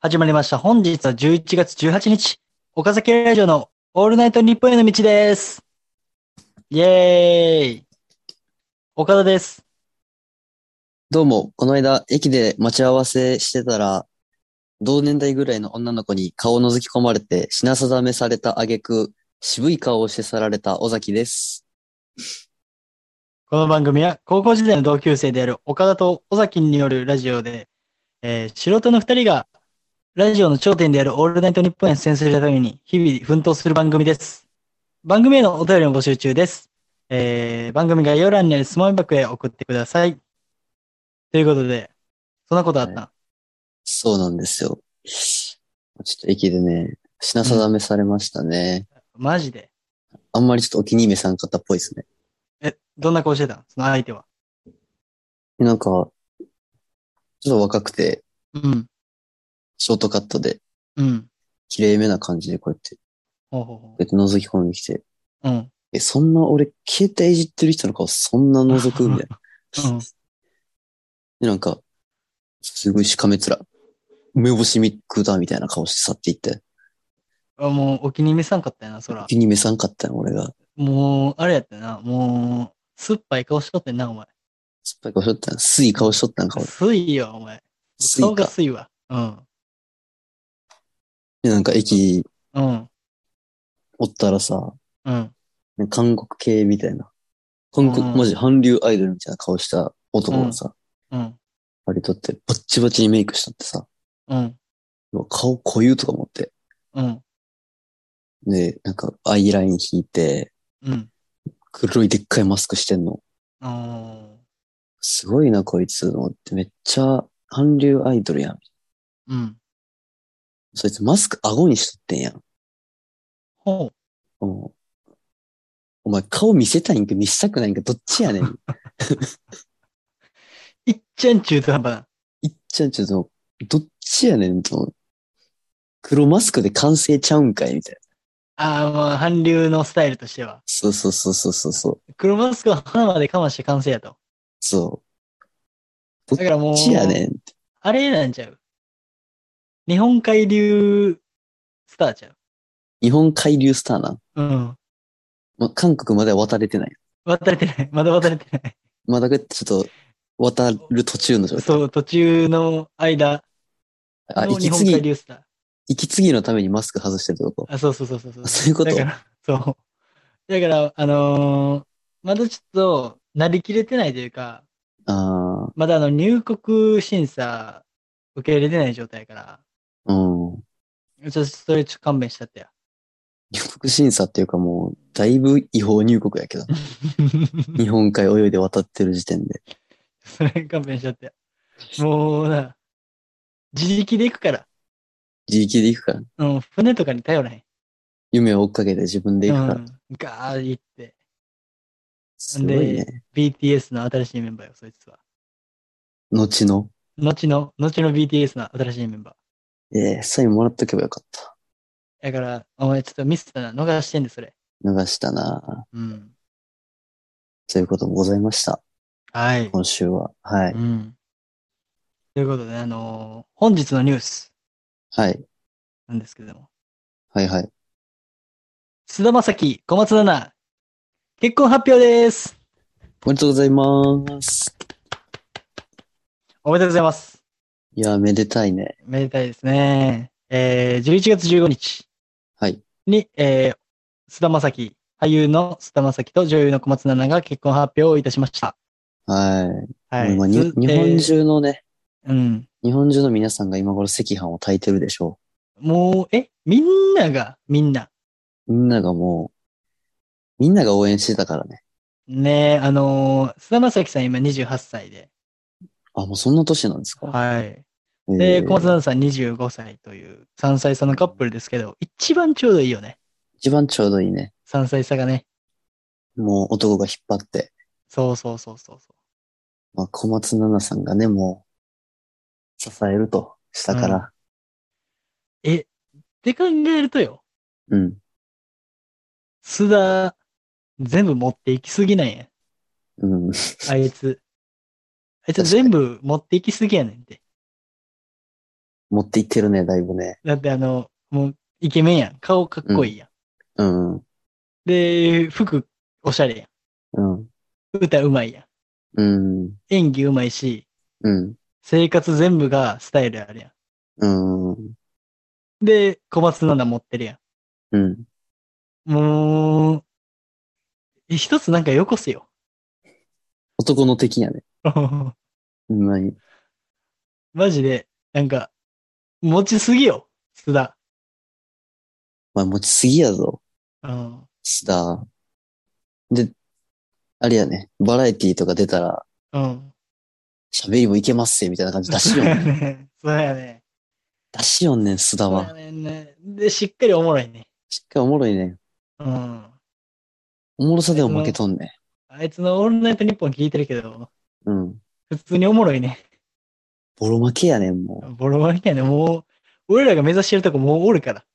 始まりました。本日は11月18日、岡崎ラジオのオールナイト日本への道です。イェーイ岡田です。どうも、この間、駅で待ち合わせしてたら、同年代ぐらいの女の子に顔を覗き込まれて、品定めされた挙句、渋い顔をして去られた尾崎です。この番組は高校時代の同級生である岡田と尾崎によるラジオで、えー素人の2人がラジオの頂点であるオールナイト日本へ出演するために日々奮闘する番組です。番組へのお便りも募集中です。えー番組概要欄にある質問箱へ送ってください。ということで、そんなことあった。そうなんですよ。ちょっと駅でね、品定めされましたね。マジで。あんまりちょっとお気に召さんかったっぽいですね。え、どんな顔してたその相手は。なんか、ちょっと若くて、うん。ショートカットで、うん。綺麗めな感じでこうやって、ほうほうほこうやって覗き込んできて、う。うん。え、そんな俺、携帯いじってる人の顔そんな覗くみたいな。 うん。で、なんか、すごいしかめ面。梅干しミックだみたいな顔して去っていって。あもう、お気に召さんかったよな、そら。気に召さんかったよ、俺が。酸っもう、あれやったよな。もう、酸っぱい顔しとってんな、お前。ぱい顔しとったん。すい顔しとったんか、俺。すいよ、お前。す顔いがか。すいわ。うん。で、なんか駅うん。おったらさ、うん。韓国系みたいな。韓国、うんマジ韓流アイドルみたいな顔した男がさ、うん。割とって、バッチバチにメイクしたってさ、うん。うわ顔濃ゆとか思って。うん。で、なんかアイライン引いて、うん。黒いでっかいマスクしてんの。うん。すごいな、こいつ。と思って、めっちゃ韓流アイドルやん。うん。そいつマスク顎にしとってんやん。ほうんお前顔見せたいんか見せたくないんかどっちやねん。 う。いっちゃん中途半端な。いっちゃんちょっと、どっちやねんと。黒マスクで完成ちゃうんかいみたいな。ああ、まあ、韓流のスタイルとしては。そうそうそうそうそうそう。黒マスクは鼻までかまして完成やと。そう。だからもどうっちやねん。あれなんちゃう日本海流スターちゃう日本海流スターな。うん。ま、韓国までは渡れてない。渡れてない。まだ渡れてない。まだちょっと、渡る途中の状態。そう、途中の間あ、の息日継本海ぎ、流スター。息継ぎのためにマスク外してるってことあ、そうそうそうそうそうあ。そういうことだから、そう。だから、あのーまだちょっと、なりきれてないというか、あまだあの、入国審査受け入れてない状態やから、あ、うん。ちょっとそれちょっと勘弁した ってや。入国審査っていうかもう、だいぶ違法入国やけど。日本海泳いで渡ってる時点で。それ勘弁しちゃって。もうな、自力で行くから。自力で行くから。うん、船とかに頼らへん。夢を追っかけて自分で行くかうら。ん、ガーッ行って、すごいね。 BTS の新しいメンバーよ、そいつは。後の。後の、後の BTS の新しいメンバえー、サインもらっとけばよかった。ー。だから、お前ちょっとミスったな、逃してんで、それ。逃したなうん。ということもございました。はい。。今週は。はいうん。ということで、あのー本日のニュースはい。なんですけれども、はいはい。菅田将暉、小松菜奈、結婚発表です。おめでとうございます。おめでとうございます。いやー、めでたいね。めでたいですね。えー、11月15日はい。に、えー、菅田将暉、俳優の菅田将暉と女優の小松菜奈が結婚発表をいたしました。はい。はい。もう今にす日本、中のね、えーうん。日本中の皆さんが今頃赤飯を炊いてるでしょもう、え、みんなが、みんな。う。みんながもう、みんなが応援してたからね。ねえ、あのー、菅田将暉さん今28歳で。あ、もうそんな年なんですか。はい。いで、小松菜奈さん25歳という3歳差のカップルですけど、一番ちょうどいいよね。一番ちょうどいいね。 3歳差がね。もう男が引っ張って、そうそうそうそうそまあ、小松菜奈さんがね、もう、支えるとしたから、う。え、って考えるとよ、うん。須田、全部持っていきすぎなんや。うん。あいつ。あいつ全部持っていきすぎやねんて。持っていってるね、だいぶね。だってあの、もう、イケメンやん。顔かっこいいやん。うん。うで、服、おしゃれやん。ん。歌うまいやん。うん。演技うまいし、うん。生活全部がスタイルあるやうん。ん。で、小松菜奈持ってるやうん。ん。もう、一つなんかよこせよ。 男の敵やね。ほんまに。マジで、なんか、持ちすぎよ、須田。まあ、持ちすぎやぞ。うん。スター。で、あれやね。バラエティとか出たら、うん。喋りもいけますせ、みたいな感じ出しそうよんや ねん。ね。そうやね。出しよんねん、スタそうはや。ねんね。で、しっかりおもろいね。しっかりおもろいね。うん。おもろさでも負けとんねあいつのオールナイトニッポン聞いてるけど、ん。うん。普通におもろいね。ボロ負けやねん、もボロボロみたいな、もう、俺らが目指してるとこもうおるから。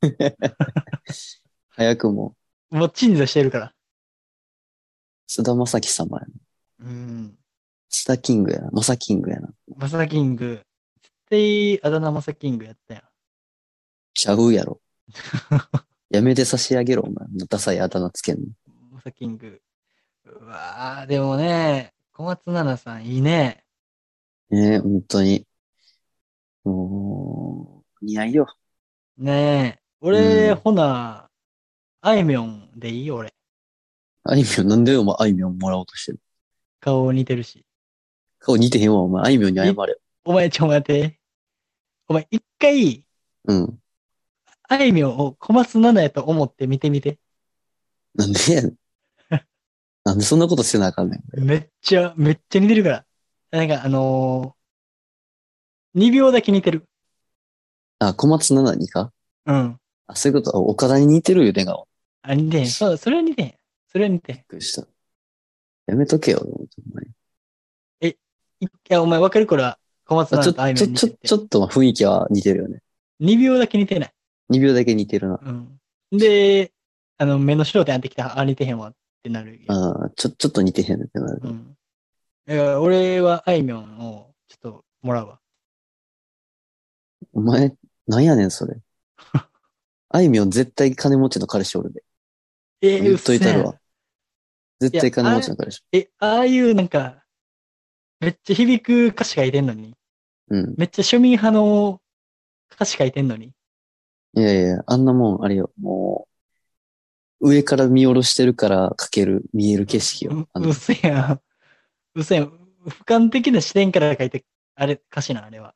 う。早くも。もう鎮座してるから。須田正樹様やな。うん。須田キングやな。マサキングやな。マサキング。絶対、あだ名マサキングやったやん。ちゃうやろ。やめて差し上げろ、お前。ダサいあだ名つけんの。マサキング。うわー、でもね、小松菜奈さんいいね。ねえ、本当に。もう、似合いよ。ねえ。俺、うんほな、あいみょんでいい俺。あいみょん、なんでお前あいみょんもらおうとしてる顔似てるし。顔似てへんわ、お前。あいみょんに謝れ。お前ちょ待って。お前一回、うん。あいみょんを小松菜奈やと思って見てみて。なんでやねん。なんでそんなことしてなあかんねん。めっちゃ、めっちゃ似てるから。なんかあのー、2秒だけ似てる。あ、小松菜奈にかうん。あ、そういうこと。あ岡田に似てるよね、顔。あ、似てへん。そう、それは似てへん。それは似てへん。びっくりした。やめとけよ、ほんまにいや、お前分かるこれは、小松あちょ、菜奈ちとあいみょん似ょ、ちょ、ちてょて、ちょっとまあ雰囲気は似てるよね。 2秒だけ似てない。 2秒だけ似てるな。うん。で、あの、目の焦点当てきた、あ、似てへんわってなる。ああ、ちょ、ちょっと似てへんねってなるう。ん。だから、俺はあいみょんを、ちょっと、もらうわ。お前、なんやねん、それ。あいみょん絶対金持ちの彼氏おるで。え言っといたるうっわせ。絶対金持ちの彼氏。ええ、ああいう、なんか、めっちゃ響く歌詞書いてんのに、うん。めっちゃ庶民派の歌詞書いてんのに、いやいや、あんなもん、あれよ、もう、上から見下ろしてるからかける、見える景色よ。あううのっ、せやん。うっせやん。俯瞰的な視点から書いて、あれ、歌詞な、あれは。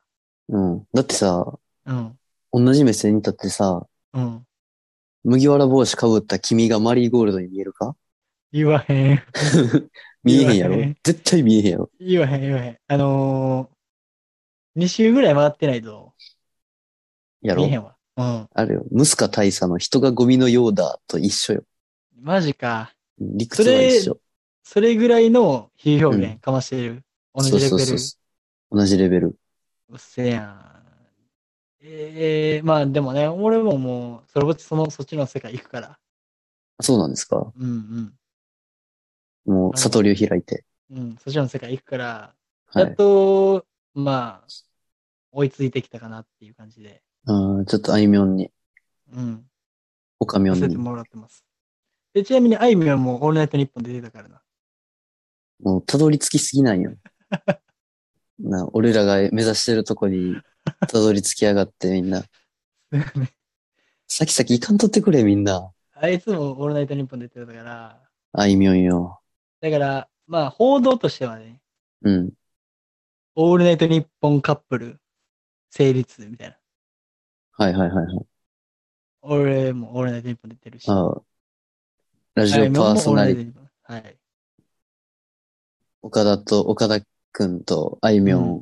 うん。だってさ、うん。同じ目線に立ってさ、うん。麦わら帽子かぶった君がマリーゴールドに見えるか 言わへん。見えへんやろ見えへん絶対見えへんやろ。言わへん、言わへん。あのー、2週ぐらい回ってないと、や見えへろんわ。うん。あれよ、ムスカ大佐の人がゴミのようだと一緒よ。マジか。理屈は一緒。それぐらいの比喩表う現かましてる。同じそうレそうベそル。うそう。同じレベル。うっせやん。ええまあでもね、俺ももう、それぼっちその、そっちの世界行くから。そうなんですかうんもう、悟りを開いて。うん。うん、そっちの世界行くから、はやいっ。と、まあ、追いついてきたかなっていう感じで、あーちょっとあいみょんに、うん、おかみょんさせて に、もらってます。で、ちなみに、あいみょんもオールナイトニッポンで出てたからな。 もう、たどり着きすぎなん よ。な、俺らが目指してるとこに、たどり着きやがってみんな。先々いかんとってくれみんな。あいつもオールナイトニッポン出てたから、あいみょんよ。だから、まあ、報道としてはね、うん。オールナイトニッポンカップル成立みたいな。はいはいはいはい。俺もオールナイトニッポン出てるし。あーラジオパーソナリティ、ィ。はい。岡田と、岡田くんとあいみょん、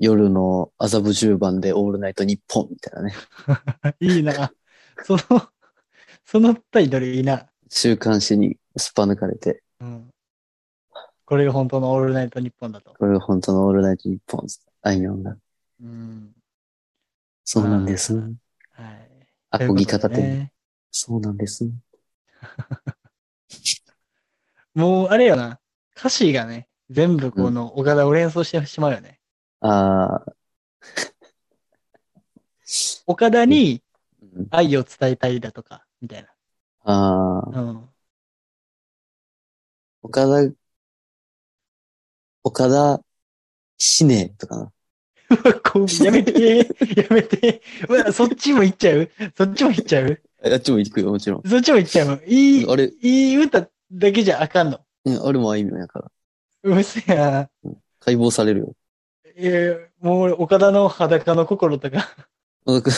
夜の麻布十番でオールナイト日本みたいなね。 いいな。その、そのタイトルいいな。週刊誌にすっぱ抜かれて。うん。これが本当のオールナイトニッポンだと。これが本当のオールナイトニッポン、あいみょんが。うん。そうなんですね。はい。あこぎ方ということでで。ね。そうなんですね。もう、あれよな。歌詞がね、全部この岡田を連想してしまうよね。ああ、岡田にうん愛を伝えたいだとか、みたいああ、な。うん。 岡田、岡田、死ねとかな。こうやめ て、やめて。うわ、そっちも行っちゃうそっちも行っちゃうあっちも行くよ、もちろん。そっちも行っちゃういい、あれ、いい歌だけじゃあかんの。うんあれもあいみょんやから。うるせえな。解剖されるよ。いやもう俺、岡田の裸の心とか。なんか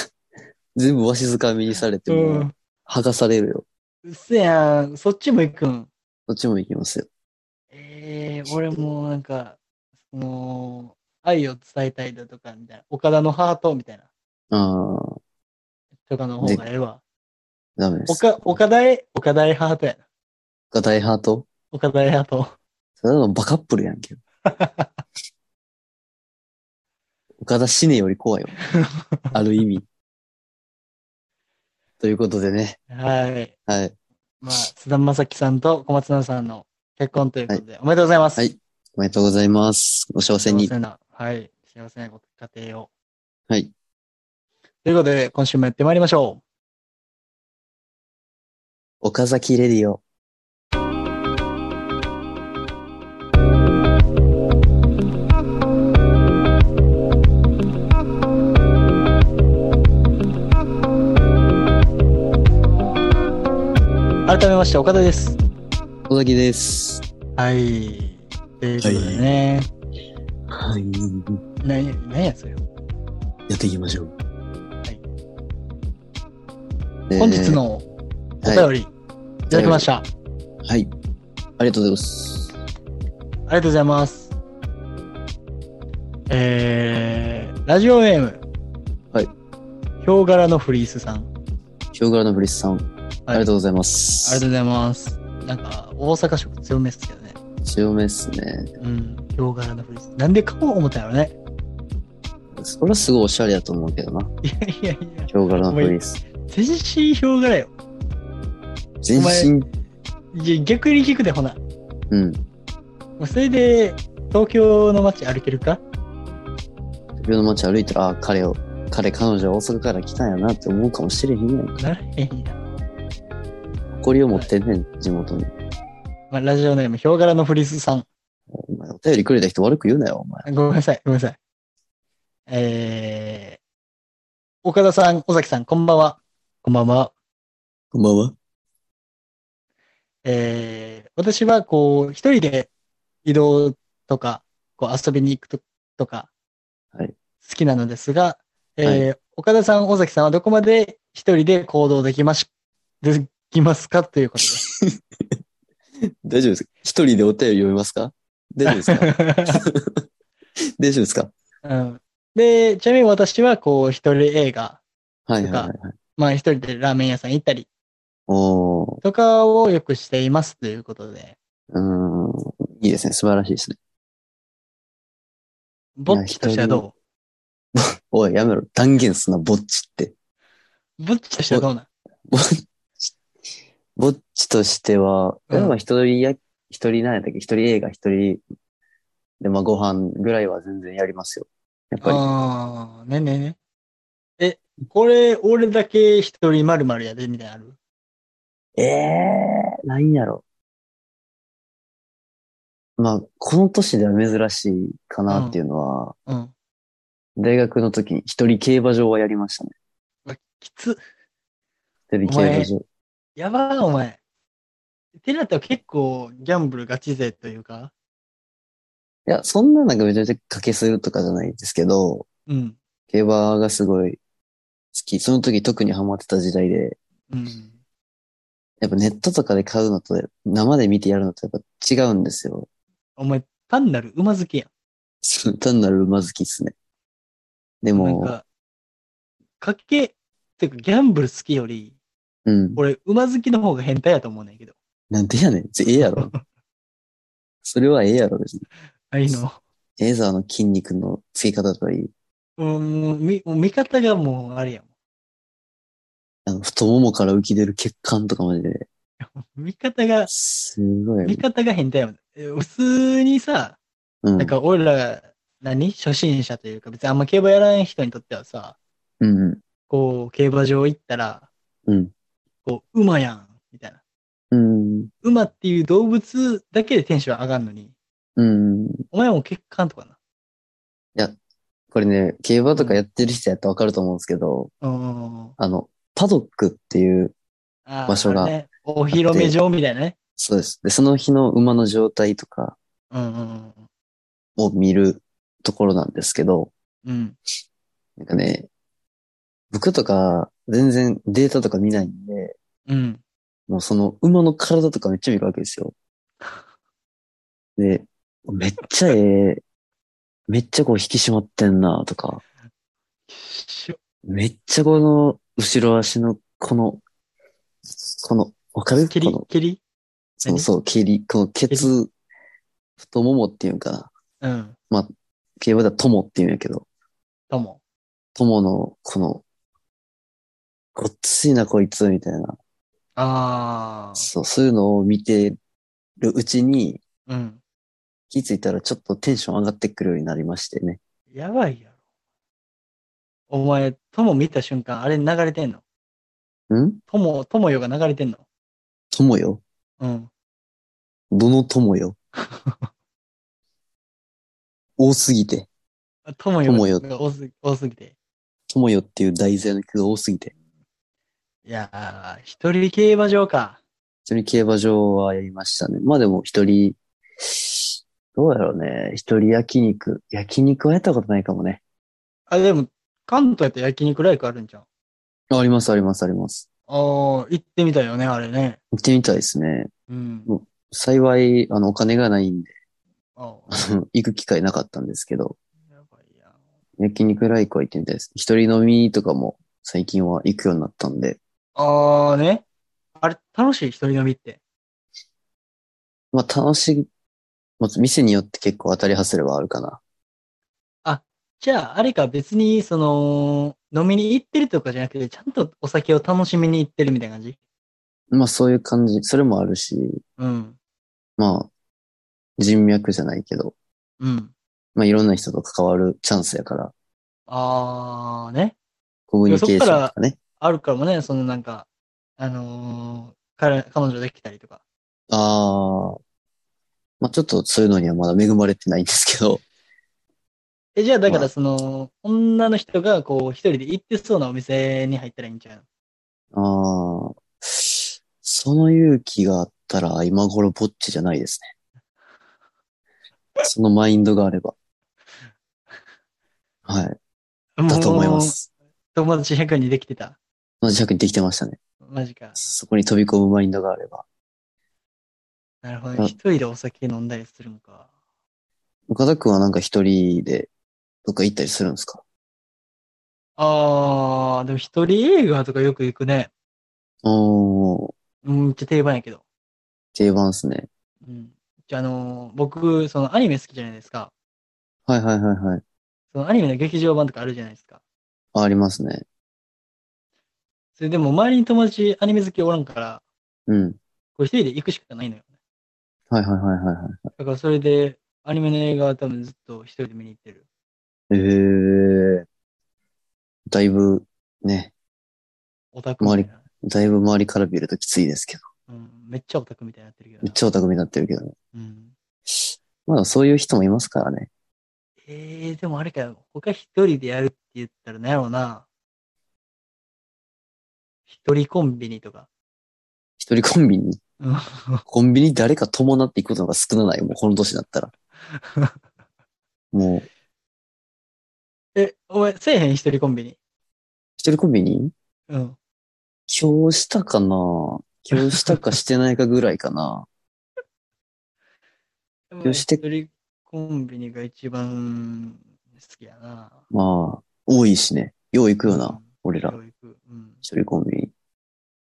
全部わしづかみにされてうもん。う、剥がされるよ。うっせえやん。そっちも行くん。どっちも行きますよ。ええ俺もうなんか、その、愛を伝えたいだとか、みたいな。岡田のハートみたいな。ああ、とかの方がええわ。ダメです。岡、岡田へ、岡田へハートやな。岡田ハート岡田へハート。ただのバカップルや んけ。岡田死ねより怖いよ。ある 意味。ということでね。はい。はい。まあ、菅田将暉さんと小松菜奈さんの結婚ということで、おめでとうございます。はいおめでとうございます。お幸せ幸に。せな、はい。幸せなご家庭を。はい。ということで、今週もやってまいりましょう。岡崎レディオ。改めまして、岡田です。小崎です。はい。ということでね。はい。な何やそれ。やっていきましょう。はいえー本日、のおはい、便り、いただきました。はい。ありがとうございます。ありがとうございます。えー、ラジオネーム。はい。ヒョウ柄のフリースさん。ヒョウ柄のブリスさん、ありがとうございありまがと。すうございます。なんか、大阪色強めっすけどね。強めっすね。うん。ヒョウ柄のフリース。なんで買おう思ったんやろね。それはすごいおしゃれやと思うけどな。いやいやいや。ヒョウ柄のブリス。全身ヒョウ柄よ。全身、いや逆に聞くで、ほな。もうん。うそれで、東京の街歩けるか東京の街歩いたら、あ、彼を、彼、彼女は大阪から来たんやなって思うかもしれへんやんか。ならへんやん。誇りを持ってんねん、地元に。まあ、ラジオネーム、ヒョウ柄のフリースさん。お前、お便りくれた人悪く言うなよ、お前。ごめんなさい、ごめんなさい。えー、岡田さん、尾崎さん、こんばんは。こんばんは。こんばんは。えー、私は、こう、一人で移動とか、こう、遊びに行くととか、はい好きなのですが、えー岡田さん、尾崎さんはどこまで一人で行動できまし、できますかということ です。大丈夫ですか一人でお便り読みますか大丈夫 ですか大丈夫ですかうん、で、ちなみに私は、こう、一人映画、はいはいはいはい。まあ、一人でラーメン屋さん行ったり、おー、とかをよくしていますということで、うーん、いいですね。素晴らしいですね。ぼっちとしてはどおい、やめろ。断言すな、ぼっちって。うぼっちとしてはどうなんぼっち、ぼっちとしては、うんやっぱ一人や、一人なんやったっけ一人映画、一人で、まあご飯ぐらいは全然やりますよ。やっぱり。ああー、ねねね。え、これ、俺だけ一人まるまるやで、みたいなのあるええー、なんやろ。まあ、この年では珍しいかなっていうのは、うん。大学の時に一人競馬場はやりましたね。きつ。一人競馬場。やばー、お前。てなったら結構ギャンブルガチ勢というか。いや、そんななんかめちゃめちゃ賭けするとかじゃないですけど、うん。競馬がすごい好き。その時特にハマってた時代で、うん。やっぱネットとかで買うのと生で見てやるのとやっぱ違うんですよ。 お前、単なる馬好きやそう単なる馬好きっすね。でん。なんも、か、賭け、っていうかギャンブル好きより、うん。俺、馬好きの方が変態やと思うねんけど。なんでやねん。ぜええやろ。 それはええやろ、別に。あいいの。エーザーの筋肉のつけ方といい、うん、み、もう見方がもうあれやもん。あの、太ももから浮き出る血管とかまで、見方が、すご見い。方が変態やもん。え普通にさ、うん。うなんんか俺ら、何初心者というか、別にあんま競馬やらない人にとってはさ、うん。こう、競馬場行ったら、うん。こう、馬やん、みたいな。うん。馬っていう動物だけでテンション上がるのに、うん。お前も血管とかこれね、競馬とかやってる人やったらわかると思うんですけど、な。うん。あの、パドックっていう、あー場所があれね。お披露目場みたいなね。そうです。で、その日の馬の状態とかうんうんを見るところなんですけど、うん。うん。なんかね、僕とか全然データとか見ないんで、うん。もうその馬の体とかめっちゃ見るわけですよ。で、めっちゃええ、めっちゃこう引き締まってんなとか、しょめっちゃこの後ろ足のこの、この、わかる蹴こりの、蹴りそうそう、蹴り、このケツ、太ももっていうんかな。うん。競馬では友っていうんやけど、とも。友のこの、ごっついなこいつみたいな、あそう、そういうのを見てるうちに、あ。うん。気づいたらちょっとテンション上がってくるようになりましてね。やばいやろ。お前、とも見た瞬間、あれ流れてんのんとも、ともよが流れてんの友ようん。どの友よ 多すぎて。とも友よよが多す多すぎて。友よっていう題材の曲が多すぎて。いやー、一人競馬場か。普通に競馬場はやりましたね。まあでも一人、どうやろうね。一人焼肉。焼肉はやったことないかもね。あ、でも、関東やったら焼肉ライクあるんじゃん。あありますありますあります。あー、行ってみたいよね、あれね。行ってみたいですね。うん。幸い、あの、お金がないんで、 あー行く機会なかったんですけど、やばいやん。焼肉ライクは行ってみたいです。一人飲みとかも最近は行くようになったんで、あーね。あれ、楽しい一人飲みって。まあ楽しい、まあ、店によって結構当たり外れはあるかな。じゃあ、あれか別に、その、飲みに行ってるとかじゃなくて、ちゃんとお酒を楽しみに行ってるみたいな感じまあそういう感じ、それもあるし、うん。まあ、人脈じゃないけど、うん。まあいろんな人と関わるチャンスやから、あーね。コミュニケーションとかね。あるからもね、そのなんか、あのー彼、彼女できたりとか。ああ、まあちょっとそういうのにはまだ恵まれてないんですけど、え、じゃあ、だかまあらその、女の人がこう、一人で行ってそうなお店に入ったらいいんちゃうああ、その勇気があったら今頃ぼっちじゃないですね。そのマインドがあれば。はい。のだと思いま。す。もう友達100人できてた。同じ弱にできてましたね。マジか。そこに飛び込むマインドがあれば。なるほど、うんね。一人でお酒飲んだりするのか。岡田くんはなんか一人でどっか行ったりするんですかあー、でも一人映画とかよく行くね。おー、うん、めっちゃ定番やけど。定番ですね。うん。じゃあ、あのー僕、そのアニメ好きじゃないですか。はいはいはいはい。そのアニメの劇場版とかあるじゃないですか。ありますね。それでも周りに友達アニメ好きおらんから、うん。こう一人で行くしかないのよ。はいはいはいはいはだからそれで、アニメの映画は多分ずっと一人で見に行ってる。い。ええー。だいぶ、ね、オタクみたいな。だいぶ周りから見るときついですけど。うん、めっちゃオタクみたいになってるけどめっな。ちゃオタクになってるけどね。うん、まあそういう人もいますからね。えー、でもあれか、他一人でやるって言ったら何やろうな。一人コンビニとか。一人コンビニ、うん コンビニ誰か伴っていくことのが少ない。もうこの年だったら。もう、え、お前、せえへん一人コンビニ。一人コンビニうん。今日したかな今日したかしてないかぐらいかなよし一人コンビニが一番好きやな。まあ、多いしね。よう行くよな。うん俺ら、教育うん。一人コンビニ。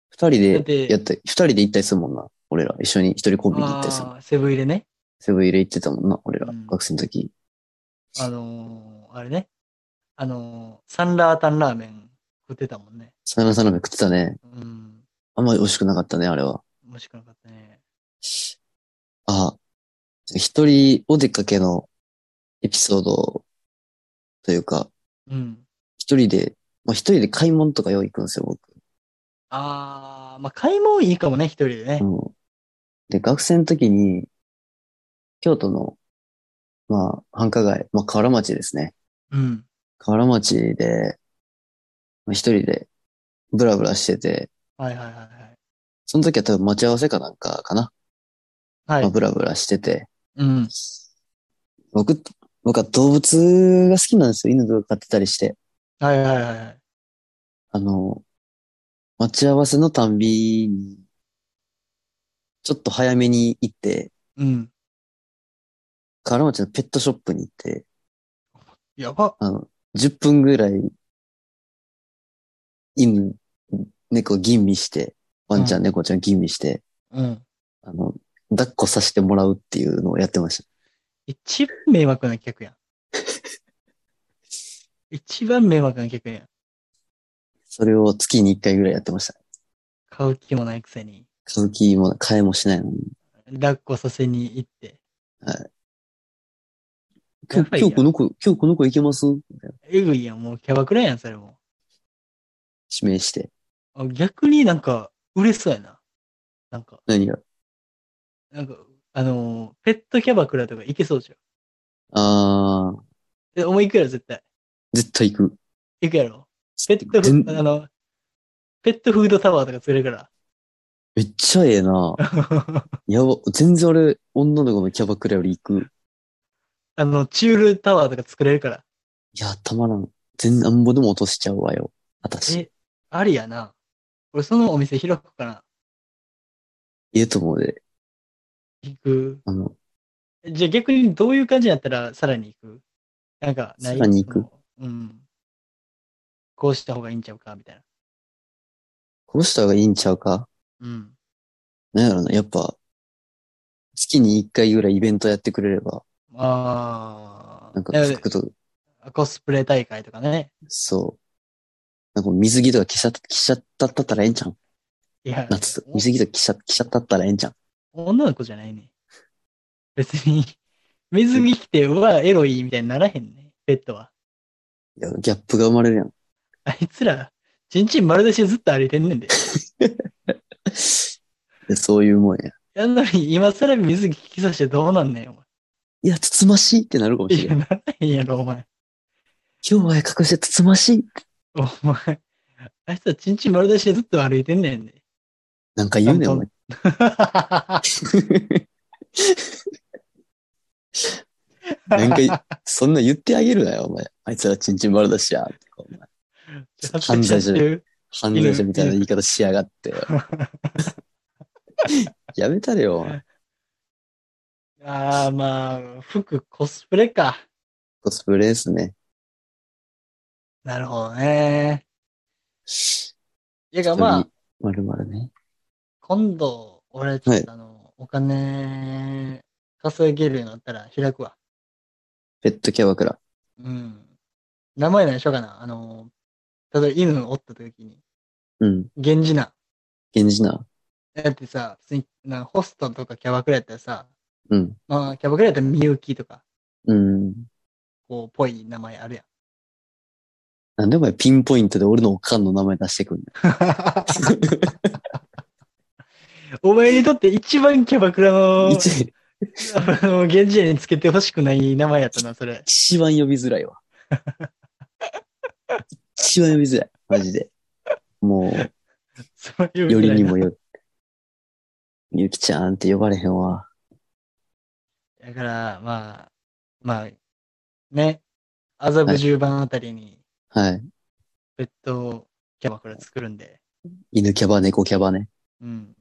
二人だっでてやった、二人で行ったりするもんな。俺ら、一緒に一人コンビニ行ったりするもん。あーセブン入れね。セブン入れ行ってたもんな、俺ら。うん学生の時。あのー、あれね。あのー、サンラータンラーメン食ってたもんね。サナサナメ食ってたね。うん。あんまり美味しくなかったね、あれは。もしくなかったね。あ、一人お出かけのエピソードというか、うん。一人でもう一人で買い物とかよう行くんですよ、僕。あー、まあ、買い物いいかもね、一人でね。うん。で、学生の時に、京都の、まあ、繁華街、まあ、河原町ですね。うん。河原町で、まあ、一人で、ブラブラしてて、はいはいはいその時は多分待ち合わせかなんかかな。はい。まはあ、い。ブラブラしてて。うん。僕、僕は動物が好きなんですよ。犬とか飼ってたりして。はいはいはいはい。あの、待ち合わせのたんびに、ちょっと早めに行って、うん。河原町のペットショップに行って、やば。あの、10分ぐらい、犬、猫吟味して、ワンちゃ、うん猫ちゃん吟味して、うん。あの、抱っこさせてもらうっていうのをやってました。一番迷惑な客やん。一番迷惑な客やん。それを月に1回ぐらいやってました。買う気もないくせに、買う気も、買えもしないのに。抱っこさせに行って。や今ばい日やん今日この子、今日この子行けますみたいなえぐいやん、もうキャバクラやん、それも。指名して。あ逆になんか、嬉しそうやな。なんか、何がなんか、あのーペットキャバクラとか行けそうじゃん。あー、え、お前行くやろ、絶対。絶対行く。行くやろ。ペット全フ、あの、ペットフードタワーとか作れるかめっちゃええな。ら。 やば、全然俺、女の子のキャバクラより行く。あの、チュールタワーとか作れるから。いや、たまらん。全然、なんぼでも落としちゃうわよ。私。え、ありやな。俺、そのお店開くかな。いいと思うで。行く。あの、じゃあ逆にどういう感じやったらさらに行くなんかない、さらに行くそのうん。こうした方がいいんちゃうかみたいな。こうした方がいいんちゃうかうん。なんやろな。やっぱ、月に一回ぐらいイベントやってくれれば、ああ。なんかだか服と、らコスプレ大会とかね。そう。なんか水着とか着ちゃ、着ちゃったったらええんちゃんいや、夏。水着とか着ちゃ、着ちゃったったらええんちゃん女の子じゃないね。別に、 水着着て、うわ、エロいみたいにならへんね。ペットは。いや、ギャップが生まれるやん。あいつら、ちんちん丸出しでずっと歩いてんねんで。いやそういうもんや。やんのに、今更水着着させてどうなんねん、おいや、つつましいってなるかも前。しいれや、ん。ならへんやろ、お前。今日は隠してつつましい。お前、あいつらちんちん丸出しでずっと歩いてんねんで。なんか言うねん、お前。 なんか、そんな言ってあげるなよ、お前。あいつらチンチン丸出しや。お前犯罪者犯罪者みたいな言い方しやがって。 やめたれよ、お前ああ、まあ、服、コスプレか。コスプレですね。なるほどね。いや、まあ、まるまるね。今度、俺、ちょっとあの、お金、稼げるようになったら開くわ。ペットキャバクラ。うん。名前何しようかな。あの、例えば犬おった時に、うん。源氏名。源氏な。だってさ、普通になホストとかキャバクラやったらさ、うん。まあ、キャバクラやったらみゆきとか、うん。こう、ぽい名前あるやん。なんでお前ピンポイントで俺のおかんの名前出してくん お前にとって一番キャバクラのの、一あの、現時点につけてほしくない名前やったな、そ れ。一番呼びづらいわ。一番呼びづらい。マジで。もう。それよよりにいもよる。ゆきちゃんって呼ばれへんわ。な。だから、まあ、まあ、ね、麻布十番あたりに、はい。ペットキャバクラ作るんで、犬キャバ、猫キャバね。うん。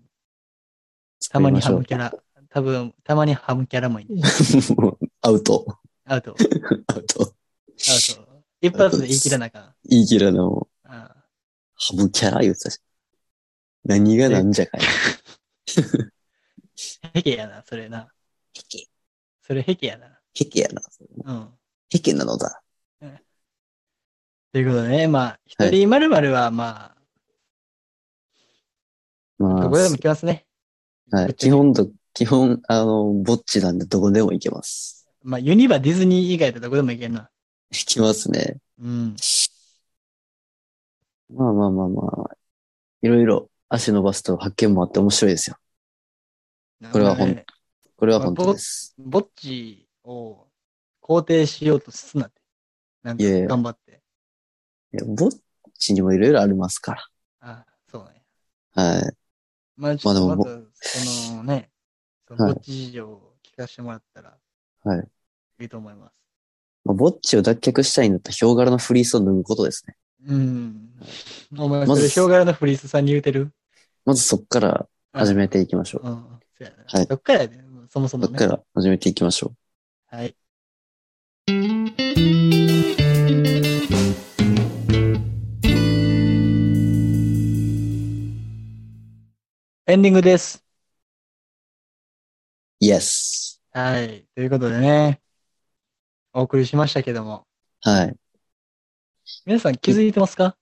たまにハ作りムまキャ ラ、多分、たまにハムキャラもいい。しょう。もう アウト。アウト、アウアウト。ト。一発で言い切らなあかん。言い切らの、ああハブキャラ言ってたし。何がなんじゃかい。ヘケやな、それな。ヘケ。それヘケやな。ヘケやな。うん。ヘケなのだ。ということでね、まあ、は一い人まるまるは、まあ、まどこでもあ行、きますね。はい、基本と、基本、あの、ぼっちなんでどこでも行けます。まあ、ユニバ、ディズニー以外でどこでも行けるな。行きますね。うん。まあまあまあまあ、いろいろ足伸ばすと発見もあって面白いですよ。これはほなんのでこれは本当です。ぼっちを肯定しようとすなって。なんかいやいや頑張って。いやぼっちにもいろいろありますかあ、そうね。ら。はい。まあちょっとまあまでもた、そのね、そはのいぼっち事情を聞かせてもらったら、はい。いいと思います。まあ、ぼっちを脱却したいんだったら、ヒョウ柄のフリースを脱ぐことですね。うん。お前、そまずれ、ヒョウ柄のフリースさんに言うてるまずそっから始めていきましょう。うん。そうやなはいどっからやねそもそもそっかね。ら始めていきましょはい。エンディングです。う。イエス。はい。ということでね、お送りしましたけども、はい。皆さん気づいてますか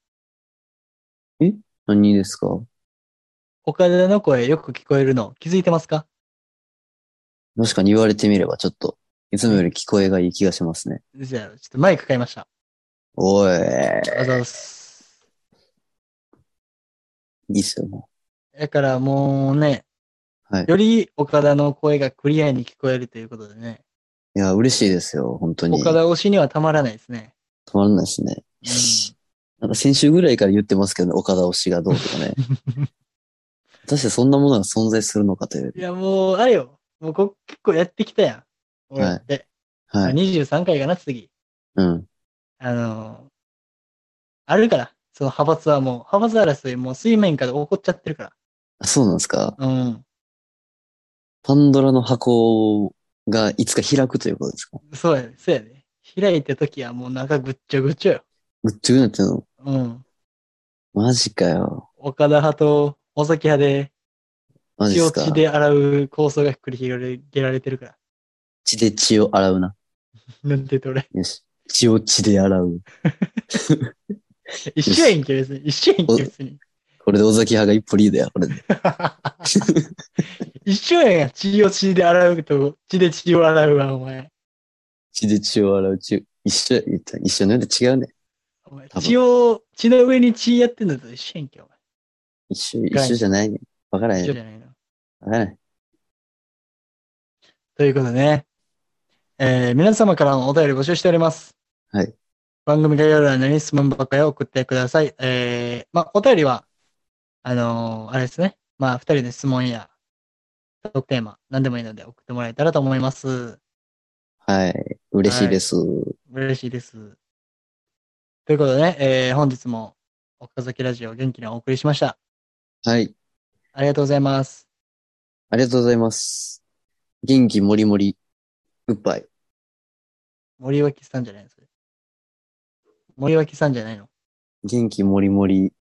何ですか岡田の声よく聞こえるの気づいてますか確かに言われてみればちょっと、いつもより聞こえがいい気がしますね。じゃあ、ちょっとマイク買いました。おい、いありがとうございます。いっすよね。だからもうね、はいより岡田の声がクリアに聞こえるということでね、いや、嬉しいですよ、本当に。岡止田推しにはたまらないですね。まらないですね。なんか先週ぐらいから言ってますけどね、岡田推しがどう とかね。果たしてそんなものが存在するのかというい。や、もう、あれよ。もうこ結構やってきたやん。俺だって。はい。 23回かな、次。うん。あのーあるから。その派閥はもう、派閥争いもう水面下で起こっちゃってるか。あそうなんですからうん。パンドラの箱がいつか開くということですかそうやね。そうやね。開いた時はもう中ぐっちょぐっちょよ。ぐっちゃぐちゃになってるの。うん。マジかよ。岡田派と尾崎派でマジ血でをすか血で洗う構想が繰り広げられてるから。 血で血を洗うな。なんて言うと俺、よし。血を血で洗う。一緒やんけ別に。一緒やんけ別に。 これで尾崎派が一歩リードや、これで。一緒やんや。血を血で洗うと、血で血を洗うわ、お前。血で血を洗う血。一緒や、言った一緒のようで違うね。お前多分血を、血の上に血やってんのと一緒やんけ、お一緒、一緒じゃないね。わから前。へ一緒ん。じゃないの。わからへん。ということでね、えー皆様からのお便り募集しております。はい。番組概要欄に質問ばっかりを送ってください。えー、まあ、お便りは、あのーあれですね。まあ、二人の質問や、トークテーマ、何でもいいので送ってもらえたらと思います。はい。嬉しいです。嬉しいです。ということでね、えー本日も岡崎ラジオ元気にお送りしました。はい。ありがとうございます。ありがとうございます。元気もりもり。グッバイ。森脇さんじゃないのそれ。森脇さんじゃないの元気もりもり。